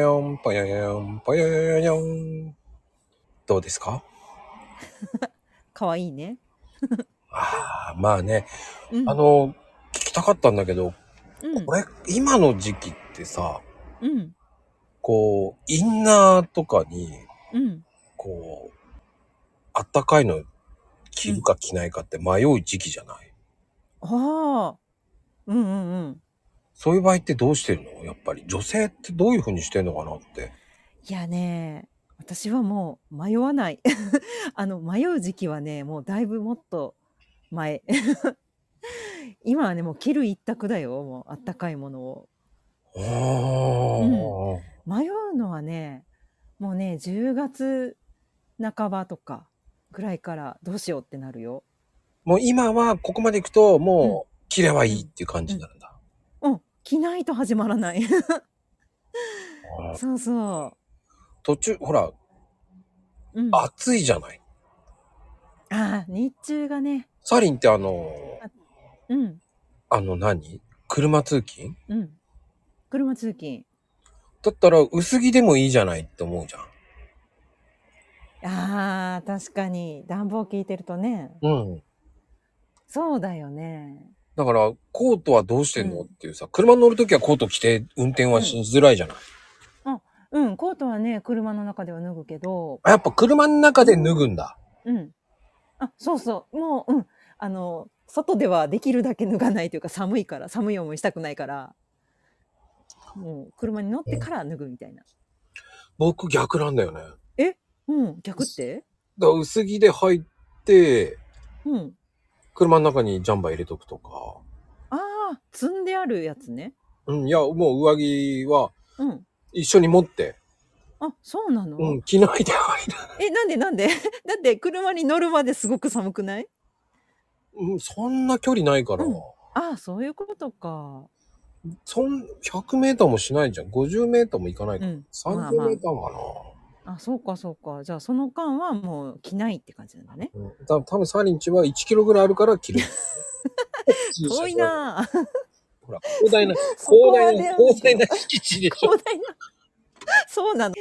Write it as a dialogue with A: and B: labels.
A: ぽよんぽよよんぽよよよよん。どうですか
B: かわいいね。
A: ああ、まあね。
B: うん、
A: あ、の、聞きたかったんだけど、
B: うん
A: こ、れ、今の時期ってさ、
B: うん、
A: こう、インナーとかに、
B: うん。
A: こう、あったかいの着るか着ないかって迷う時期じゃない、
B: ああ。うんうんうん。
A: そういう場合ってどうしてるのやっぱり女性ってどういう風にしてんのかなって。
B: いやね、私はもう迷わない。 あの、迷う時期はね、もうだいぶもっと前。 今はね、もう着る一択だよ。もうあったかいものを。
A: あー
B: 迷うのはね、もうね、10月半ばとかぐらいからどうしようってなるよ。
A: もう今はここまで行くともう着ればいいっていう感じになるんだ。
B: うん、着ないと始まらない。
A: あー
B: そうそ
A: 途中ほら
B: う。うん、あ
A: 暑いじゃない。
B: あ、日中がね。
A: サリンってあの
B: うん。
A: あの何車通勤
B: うん。車通勤。
A: だったら薄着でもいいじゃないって思うじゃん。
B: ああ、確かに。暖房効いてるとね。
A: うん。
B: そうだよね。
A: だからコートはどうしてんの、
B: うん
A: っていうさ車乗るときはコート着て運転はしづらいじゃない。
B: うん、コートはね、車の中では脱ぐけど、
A: やっぱ車の中で脱ぐんだ。
B: うん。あ、そうそう。もう、うん。あの、外ではできるだけ脱がないというか、寒いから、寒い思いしたくないから、もう、車に乗ってから脱ぐみたいな。
A: 僕逆なんだよね。だか
B: うん、逆って
A: ら薄着で入って
B: うん。
A: 車の中にジャンバー入れとくとか。
B: ああ、積んであるやつね。
A: うん、いや、もう上着は
B: うん。
A: 一緒に持って、
B: あ、そうなの、
A: うん、着ないで入る。
B: え、なんでなんで だって車に乗るまですごく寒くない
A: うん、そんな距離ないから、
B: うんああ、そういうことか。
A: そん、100メーターもしないじゃん。50メーターもいかないか
B: う
A: ら。
B: ん。まあ
A: 30
B: まあ
A: メーターかな。
B: あ、そうかそうか。じゃあその間はもう着ないって感じなんだね。
A: うん、た多分サリンチは1キロぐらいあるから着る。
B: 遠いなぁ。
A: ほら、広大な、
B: そこ
A: 広
B: ま
A: 大
B: で
A: な、
B: はない
A: 広大な敷地でしょ。
B: 広大な。そうなの。